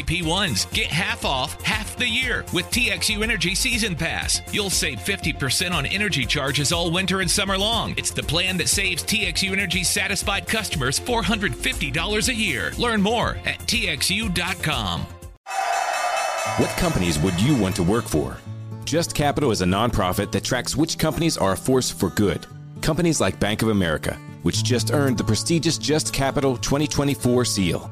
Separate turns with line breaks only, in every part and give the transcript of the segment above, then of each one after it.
AP1s. Get half off half the year with TXU Energy Season Pass. You'll save 50% on energy charges all winter and summer long. It's the plan that saves TXU Energy satisfied customers $450 a year. Learn more at TXU.com.
What companies would you want to work for? Just Capital is a nonprofit that tracks which companies are a force for good. Companies like Bank of America, which just earned the prestigious Just Capital 2024 seal.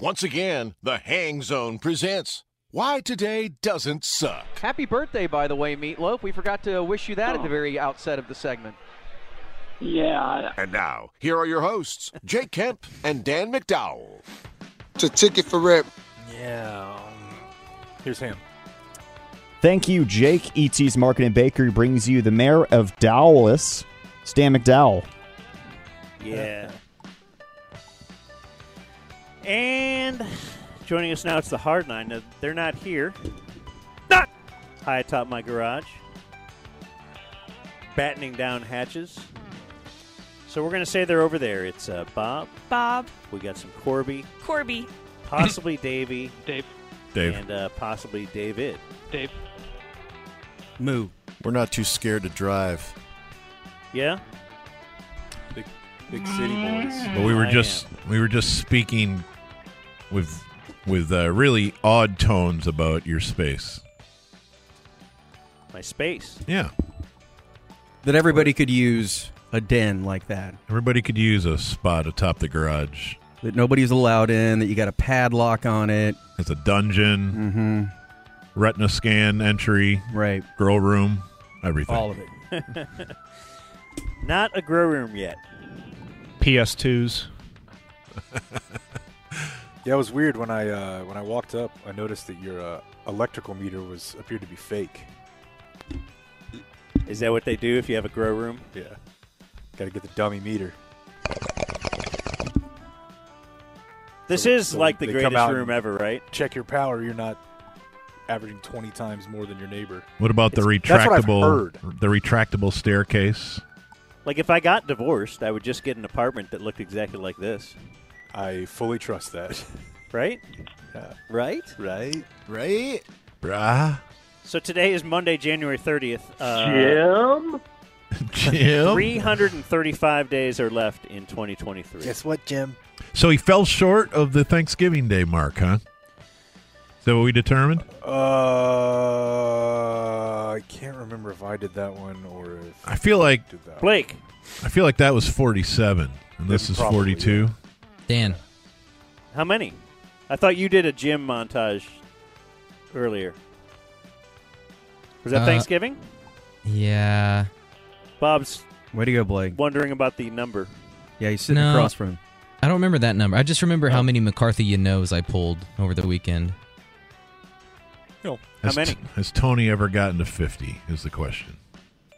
Once again, the Hang Zone presents Why Today Doesn't Suck.
Happy birthday, by the way, Meatloaf. We forgot to wish you that at the very outset of the segment.
Yeah.
And now, here are your hosts, Jake Kemp and Dan McDowell.
It's a ticket for rep.
Yeah. Here's him.
Thank you, Jake.
E
ET's Market and Bakery brings you the mayor of Dallas, Stan McDowell.
Yeah.
And joining us now, it's the Hard Nine. Now, they're not here. Not high atop my garage, battening down hatches. So we're going to say they're over there. It's uh, Bob.
Bob,
We got some Corby,
Corby,
possibly Davey. Dave.
Dave.
And uh, possibly David. Dave.
Moo. We're not too scared to drive.
Yeah.
Big, big city boys.
But we were just we were just speaking with with uh, really odd tones about your space.
My space.
Yeah,
that everybody could use a den like that
everybody could use a spot atop the garage
that nobody's allowed in. That you got a padlock on it.
It's a dungeon. Mm-hmm. Retina scan entry,
right?
Girl room, everything.
All of it.
Not a grow room yet.
PS2s. yeah, it was weird when I uh, when I walked up. I noticed that your uh, electrical meter was appeared to be fake.
Is that what they do if you have a grow room?
Yeah. Got to get the dummy meter.
This
So-
is
so
like the
they come
greatest
out and
room ever, right?
Check your power. You're not averaging 20 times more than your neighbor.
What about the
It's- That's what I've
retractable
heard.
the retractable staircase?
Like if I got divorced, I would just get an apartment that looked exactly like this.
I fully trust that.
Right? Right?
Right?
Right?
Bruh.
So today is Monday, January uh, 30th.
Jim?
Jim?
335 days are left in 2023.
Guess what, Jim?
So he fell short of the Thanksgiving Day mark, huh? Is that what we determined?
Uh, I can't remember if I did that one or if
I feel like
did that.
Blake.
I feel like that was forty-seven, and this is
Probably,
forty-two.
Dan.
How many? I thought you did a gym montage earlier. Was that
Uh,
Thanksgiving?
Yeah.
Bob's
Way to go, Blake.
wondering about the number.
Yeah, he's sitting
No.
across from him.
I don't remember that number. I just remember how many McCarthy you knows I pulled over the weekend.
No.
Has t- has Tony ever gotten to fifty? Is the question.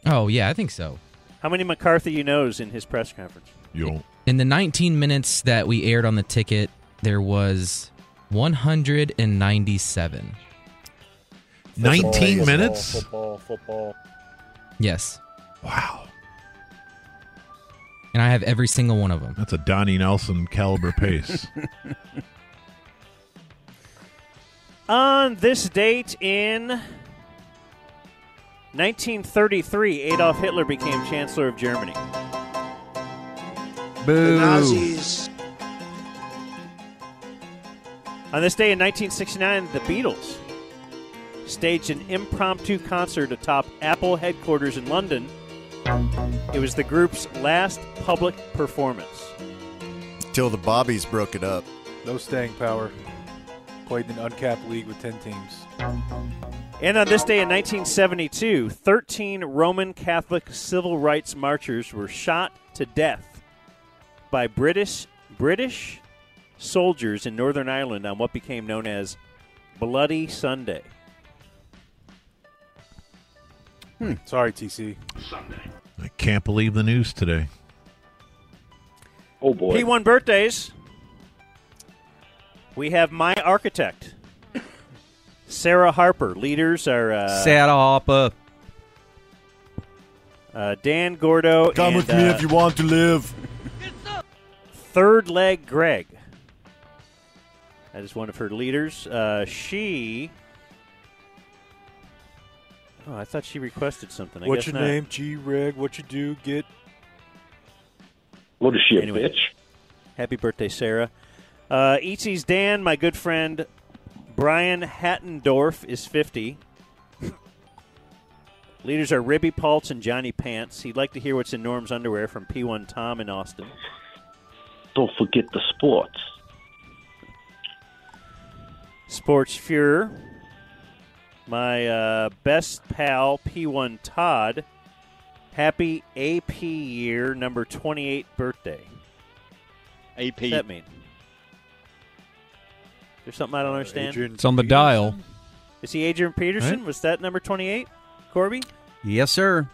Oh yeah, I think so.
How many McCarthy you knows in his press conference?
You don't.
In the 19 minutes that we aired on the ticket, there was 197.
Nineteen minutes.
Football, football.
Yes,
Wow,
and I have every single one of them.
that's a Donnie Nelson caliber pace.
On this date in 1933, Adolf Hitler became Chancellor of Germany.
Boo.
On this day in 1969, the Beatles staged an impromptu concert atop Apple headquarters in London. It was the group's last public performance.
Till the Bobbies broke it up.
No staying power. Played in an uncapped league with 10 teams.
And on this day in 1972, 13 Roman Catholic civil rights marchers were shot to death by British British soldiers in Northern Ireland on what became known as Bloody Sunday.
Hmm, Sorry, TC. Sunday.
I can't believe the news today.
Oh, boy.
P1 birthdays. We have my architect, Sarah Harper. Leaders are uh,
Sarah Harper.
uh, Dan Gordo.
Come
and,
with me
uh,
if you want to live.
Third Leg Greg. That is one of her leaders. Uh, she. Oh, I thought she requested something. I
What's
guess
your
not.
name? G Reg. What you do? Get.
What is she, a bitch? Happy birthday, Sarah. Uh, ET's Dan, my good friend Brian Hattendorf is 50. Leaders are Ribby Paltz and Johnny Pants. He'd like to hear what's in Norm's underwear from P1 Tom in Austin.
Don't forget the sports.
Sports Fuhrer, my uh, best pal P1 Todd. Happy AP year number 28 birthday.
AP.
What's that mean? There's something I don't understand.
It's on the dial.
Is he Adrian Peterson?
Right.
Was that number 28? Corby?
Yes, sir.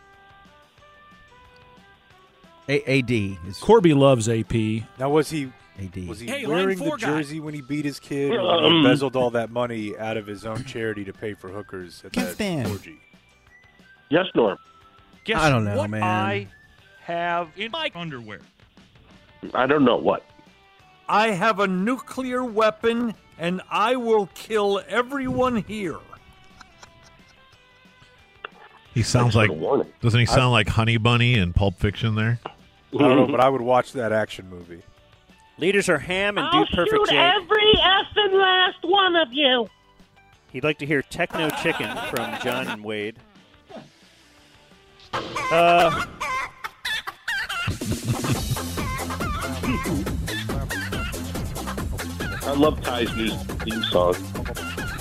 A- AD is
Corby loves AP.
Now, was he.
AD.
Was he
Hey, line
wearing the
four guy.
jersey when he beat his kid? or
Um,
embezzled all that money out of his own charity to pay for hookers at that
Kevin.
orgy.
Yes, Norm.
Guess
I don't know,
what
man.
I have in my underwear.
I don't know what.
I have a nuclear weapon and I will kill everyone here.
He sounds like doesn't he sound like Honey Bunny in Pulp Fiction? There,
I don't know, but I would watch that action movie.
Leaders are Ham and
I'll
Dude Perfect
shoot
Jake.
every effing last one of you.
He'd like to hear Techno Chicken from John and Wade. Uh,
I love Ty's new theme song.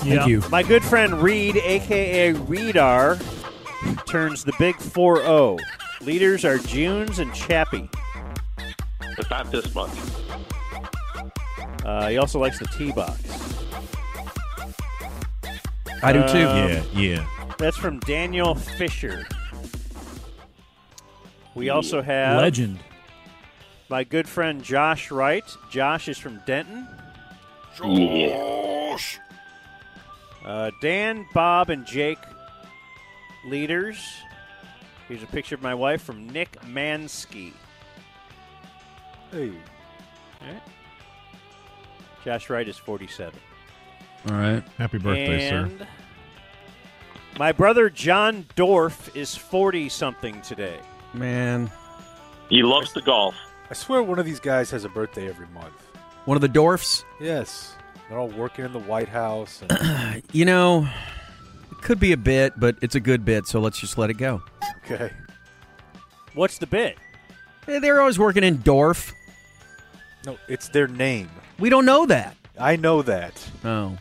Yeah. My good friend Reed, aka Reedar, turns the big 4 0. Leaders are Junes and Chappie.
But not this month.
Uh, he also likes the T box.
I do too.
yeah, yeah.
Um, That's from Daniel Fisher. We also have
Legend.
my good friend Josh Wright. Josh is from Denton.
Yeah.
Uh, Dan, Bob, and Jake, leaders. Here's a picture of my wife from Nick Mansky.
Hey.
Josh Wright is 47.
All right.
Happy birthday, sir.
and My brother John Dorf is 40 something today.
Man.
He loves the golf.
I swear one of these guys has a birthday every month.
One of the dwarfs.
Yes. They're all working in the White House. and-
You know, it could be a bit, but it's a good bit, so let's just let it go.
okay.
What's the bit?
Eh, They're always working in Dorf.
No, it's their name.
We don't know that.
I know that.
Oh.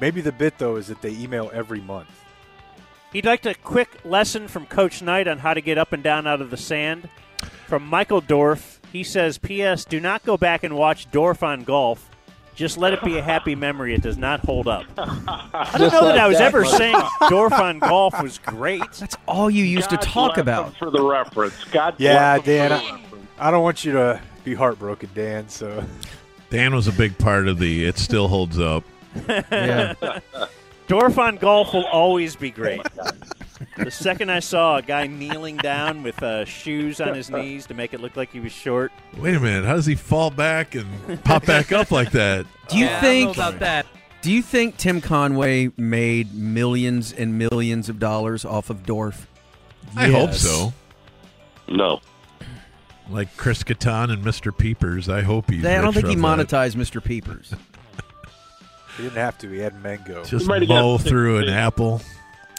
Maybe the bit, though, is that they email every month.
He'd like a quick lesson from Coach Knight on how to get up and down out of the sand. From Michael Dorf, he says, P.S. Do not go back and watch Dorf on golf. Just let it be a happy memory. It does not hold up. I don't
Just
know that
like
I was
that,
ever
buddy.
saying Dorf on golf was great. That's
all you used to
God
talk
bless
about.
For the reference. God
Yeah,
bless him
Dan.
for the
I, I don't want you to be heartbroken, Dan, so.
Dan was a big part of the. It still holds up.
Yeah.
Dorf on golf will always be great. the second I saw a guy kneeling down with uh, shoes on his knees to make it look like he was short,
Wait a minute. How does he fall back and pop back up like that?
Do you
Yeah, I don't
think
know about that.
Do you think Tim Conway made millions and millions of dollars off of Dorf?
I hope so.
No.
Like Chris Catan and Mr. Peepers. I hope he's.
I don't
rich
think he
off that.
monetized Mr. Peepers.
He didn't have to. He had mango.
Just mow through an apple.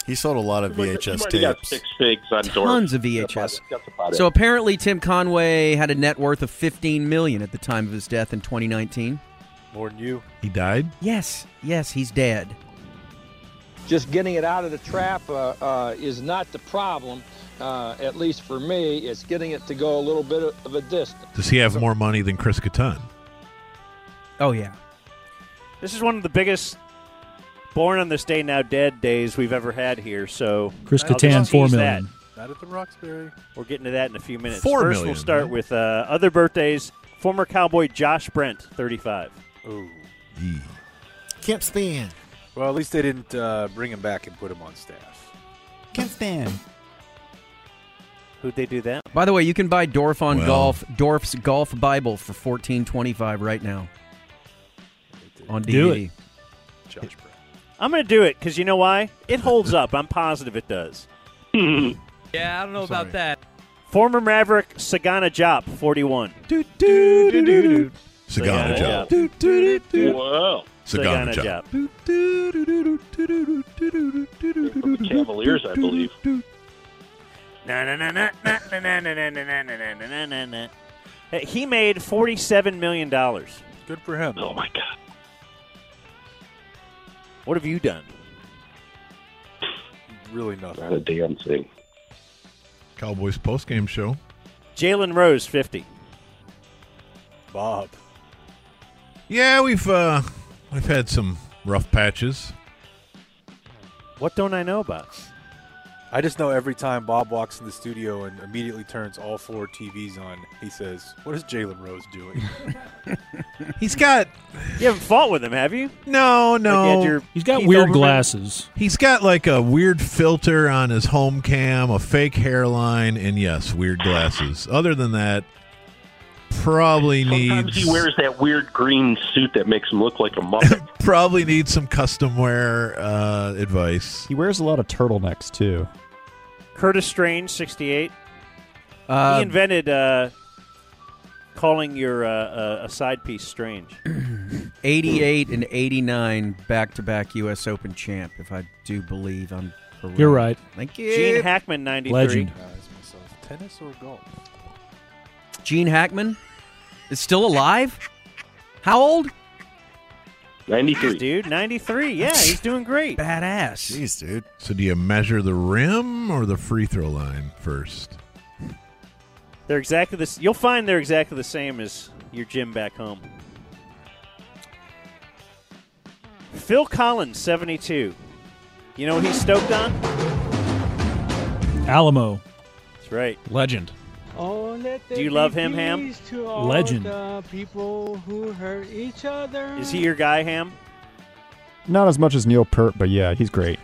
He sold a lot of VHS
might have got
tapes.
six figs on Dorf.
Tons of
That's about
VHS.
it. That's about
So
it.
apparently, Tim Conway had a net worth of 15 million at the time of his death in 2019.
More than you.
He died.
Yes, yes, he's dead.
just getting it out of the trap uh, uh, is not the problem. Uh, at least for me, it's getting it to go a little bit of- of a distance.
Does he have more money than Chris Catan?
Oh yeah.
This is one of the biggest born on this day now dead days we've ever had here. So
Chris
I'll
Kattan,
just
four
tease
million.
that.
Not at the Roxbury.
We're getting to that in a few minutes.
Four
First,
million,
we'll start
right?
with uh, other birthdays. Former Cowboy Josh Brent, 35.
Ooh.
Can't stand.
Well, at least they didn't uh, bring him back and put him on staff.
Can't stand.
Who'd they do that?
By the way, you can buy Dorf on
Well-
Golf, Dorf's Golf Bible for 14.25 right now on DVD.
Do it.
Josh Brent.
I'm going to do it because you know why? It holds up. I'm positive it does.
Yeah, I don't know about that.
Former Maverick Sagana Jop, 41.
Do, do, do, do, do.
Sagana Jop.
Do, do, do, do.
Whoa.
Sagana Jop.
Cavaliers, I believe.
Na, na, na, na, na, na, na, na, na, na, na, na, na, na, na, na. Hey, He made $47 million.
Good for him.
Oh, my God.
What have you done?
Really nothing.
Not a damn thing.
Cowboys postgame show.
Jalen Rose, 50.
Bob.
Yeah, we've uh, we've had some rough patches.
What don't I know about?
I just know every time Bob walks in the studio and immediately turns all four TVs on, he says, "What is Jalen Rose doing?"
He's got.
You haven't fought with him, have you?
No,
Like,
no.
had your Keith Olbermann?
He's got like a weird filter on his home cam, a fake hairline, and yes, weird glasses. Other than that, probably
Sometimes
needs
he wears that weird green suit that makes him look like a muppet.
probably needs some custom wear uh, advice.
He wears a lot of turtlenecks too.
Curtis Strange, 68.
Uh,
Um,
he invented uh, calling your uh, uh, a side piece strange.
88 and 89 back-to-back U.S. Open champ, if I do believe I'm correct.
You're right.
Thank you.
Gene Hackman, 93.
Legend.
Tennis or golf?
Gene Hackman is still alive? How old?
93.
Dude, 93. Yeah, he's doing great.
Badass.
Jeez, dude. So do you measure the rim or the free throw line first?
They're exactly this. You'll find they're exactly the same as your gym back home. Phil Collins, 72. You know what he's stoked on?
Alamo.
That's right.
Legend.
Oh, let
Do
there
you
be
love him, Ham?
peace to all
Legend.
the people who hurt each other.
Is he your guy, Ham?
Not as much as Neil Peart, but yeah, he's great.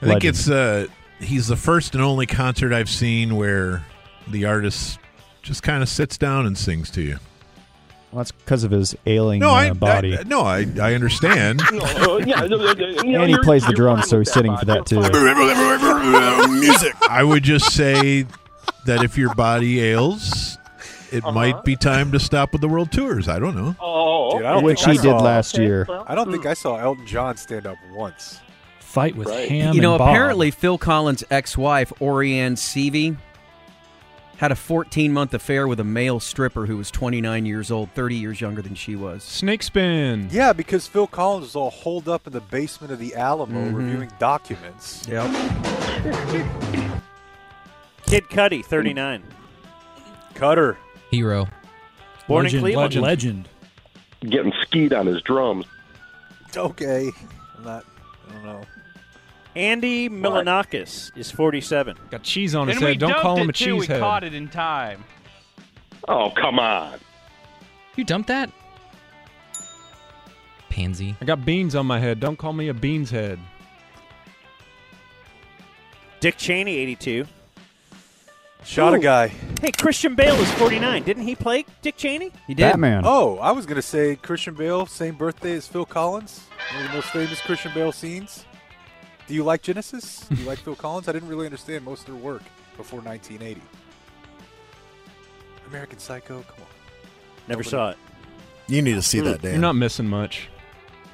I think
Legend.
it's uh he's the first and only concert I've seen where the artist just kind of sits down and sings to you.
Well, that's because of his ailing
No,
uh,
I,
body.
I- no, I I understand.
no, yeah, no, no, no, no,
and he
you're-
plays the
you're
drums, so he's sitting for that too.
Music. I would just say that if your body ails, it
Uh-huh.
might be time to stop with the world tours. I don't know.
Oh,
Dude, I don't
Which
think I
he did
saw-
last year. well,
I don't think I saw Elton John stand up once.
Fight with Ham
you know,
and Bob.
apparently Phil Collins' ex-wife, Orianne Seavey, had a 14-month affair with a male stripper who was 29 years old, 30 years younger than she was.
Snake spin.
Yeah, because Phil Collins was all holed up in the basement of the Alamo
Mhm.
reviewing documents.
Yep.
Kid Cudi, 39.
Cutter.
Hero.
Born in Cleveland.
Legend.
Getting skied on his drums.
Okay. I'm not. I don't know.
Andy Milanakis is 47.
Got cheese on
and we dumped it too. We caught it in time.
Oh, come on.
You dumped that? Pansy.
I got beans on my head. Don't call me a beans head.
Dick Cheney, 82.
Shot a
Ooh.
guy.
Hey, Christian Bale is 49. Didn't he play Dick Cheney?
He
did. Batman.
Oh, I was gonna say Christian Bale, same birthday as Phil Collins. One of the most famous Christian Bale scenes. Do you like Genesis? Do you like Phil Collins? I didn't really understand most of their work before 1980. American Psycho. Come on.
Never saw it.
You need to see that,
You're
Dan.
not missing much.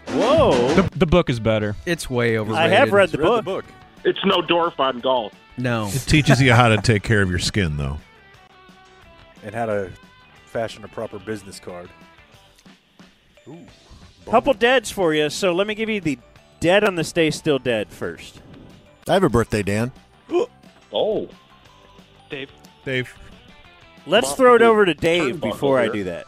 Whoa.
The, the book is better.
It's way over.
I have read the book.
It's no Dorf on golf.
No.
It teaches you how to take care of your skin, though.
and how to fashion a proper business card. Ooh.
Couple deads for you. So let me give you the dead on the stay still dead first.
I have a birthday, Dan.
Oh.
Dave.
Dave.
Let's throw it over to Dave before I do that.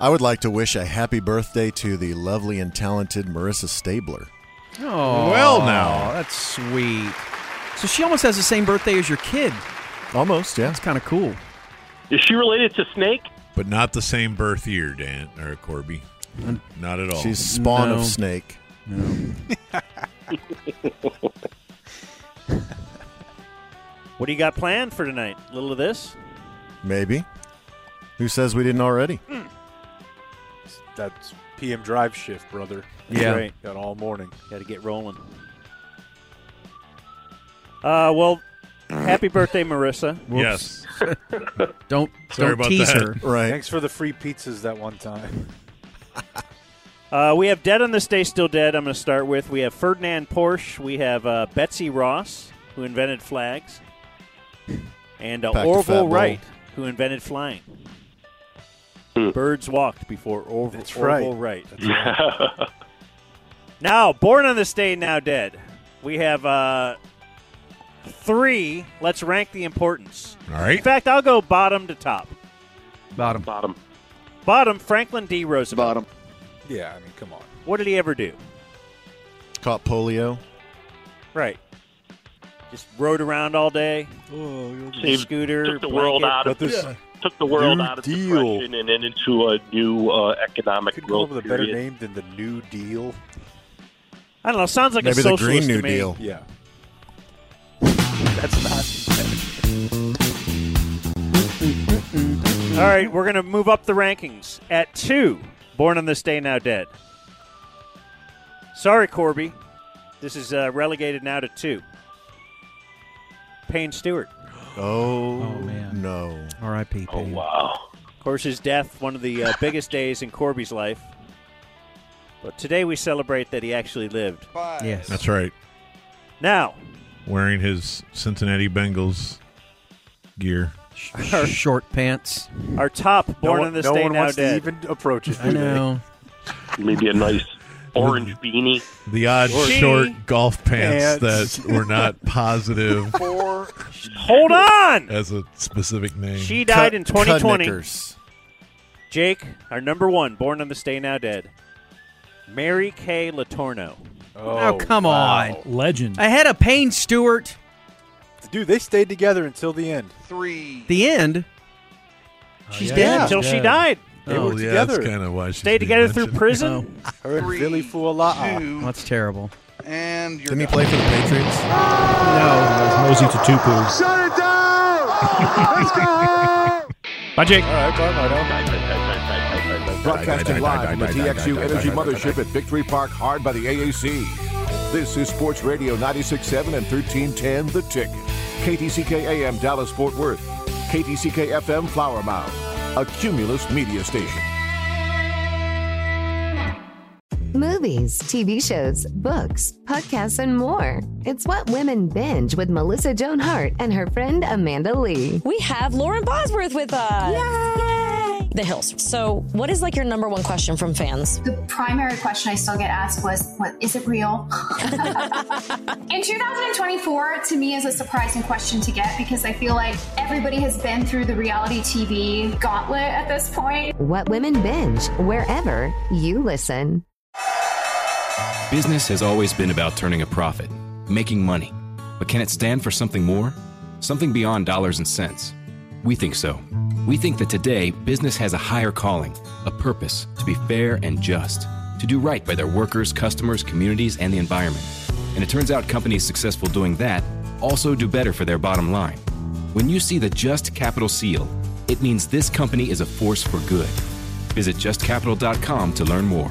I would like to wish a happy birthday to the lovely and talented Marissa Stabler.
Oh,
Well, now.
that's sweet. So she almost has the same birthday as your kid.
Almost, yeah.
That's kind of cool.
Is she related to Snake?
But not the same birth year, Dan or Corby. Not at all.
She's spawn of snake.
What do you got planned for tonight? little of this?
Maybe. Who says we didn't already?
That's PM drive shift, brother.
Yeah.
Right.
Got all morning.
Got to get rolling. Uh, well, happy birthday, Marissa.
Yes.
don't
Sorry don't about tease that. her. Right.
Thanks for the free pizzas that one time.
Uh, we have Dead on the Day Still Dead, I'm going to start with. We have Ferdinand Porsche. We have uh, Betsy Ross, who invented flags. And uh,
Back to Fat
Orville
Boy.
Wright, who invented flying.
Hmm.
Birds walked before Orv-
That's right.
Orville Wright.
That's right.
Now, born on this day, now dead. We have uh, three. Let's rank the importance.
All right.
In fact, I'll go bottom to top.
Bottom.
Bottom.
Bottom, Franklin D. Roosevelt. Bottom.
yeah, I mean, come on.
What did he ever do?
Caught polio.
Right. Just rode around all day.
Saved-
scooter.
took the world
blanket.
out of took the world
New
out of
Deal.
depression and into a new uh, economic
Could go
growth
up with a better
period.
name than the New Deal.
I don't know. Sounds like
Maybe
a
the Green
socialist
New
to me.
Deal.
Yeah. That's
All right, we're going to move up the rankings. At two, Born on This Day Now Dead. Sorry, Corby. This is uh, relegated now to two. Payne Stewart.
Oh, no.
R.I.P.
Oh wow.
Of course, his death, one of the uh, biggest days in Corby's life. But today we celebrate that he actually lived.
Yes.
That's right.
Now,
Wearing his Cincinnati Bengals gear.
Short pants.
our top Born
no
on This
no
Day
one
Now
wants
Dead.
to even approach it.
I know.
Maybe a nice orange beanie.
The odd
Short
short golf pants,
pants.
that were not positive
Hold on!
as a specific name.
She died in 2020.
Knickers.
Jake, our number one, Born on This Day Now Dead. Mary Kay Latorno.
Oh, come on.
Legend.
Ahead of Payne Stewart.
Dude, they stayed together until the end.
Three.
The end.
She's
yeah.
dead
Yeah.
until she
Yeah.
died.
They were
Oh, yeah,
together.
that's kind of why she
Stayed together through prison.
Her and Billy Fuala'a.
Oh, that's terrible.
And Didn't he play for the Patriots?
Mosey to Tupu.
Shut it down! Let's go!
Bye, Jake.
All right, bye, bye, bye.
Broadcasting live from the TXU Energy Mothership at Victory Park, hard by the AAC. This is Sports Radio 96.7 and 1310 The Ticket. KTCK AM Dallas Fort Worth. KTCK FM Flower Mound. A Cumulus media station.
Movies, TV shows, books, podcasts, and more. It's what women binge with Melissa Joan Hart and her friend Amanda Lee.
We have Lauren Bosworth with us. The Hills. So, what is like your number one question from fans?
The primary question I still get asked was, "What is it real?" In 2024, to me, is a surprising question to get because I feel like everybody has been through the reality TV gauntlet at this point.
What women binge wherever you listen.
Business has always been about turning a profit, making money. But can it stand for something more? Something beyond dollars and cents? We think so. We think that today, business has a higher calling, a purpose to be fair and just, to do right by their workers, customers, communities, and the environment. And it turns out companies successful doing that also do better for their bottom line. When you see the Just Capital seal, it means this company is a force for good. Visit justcapital.com to learn more.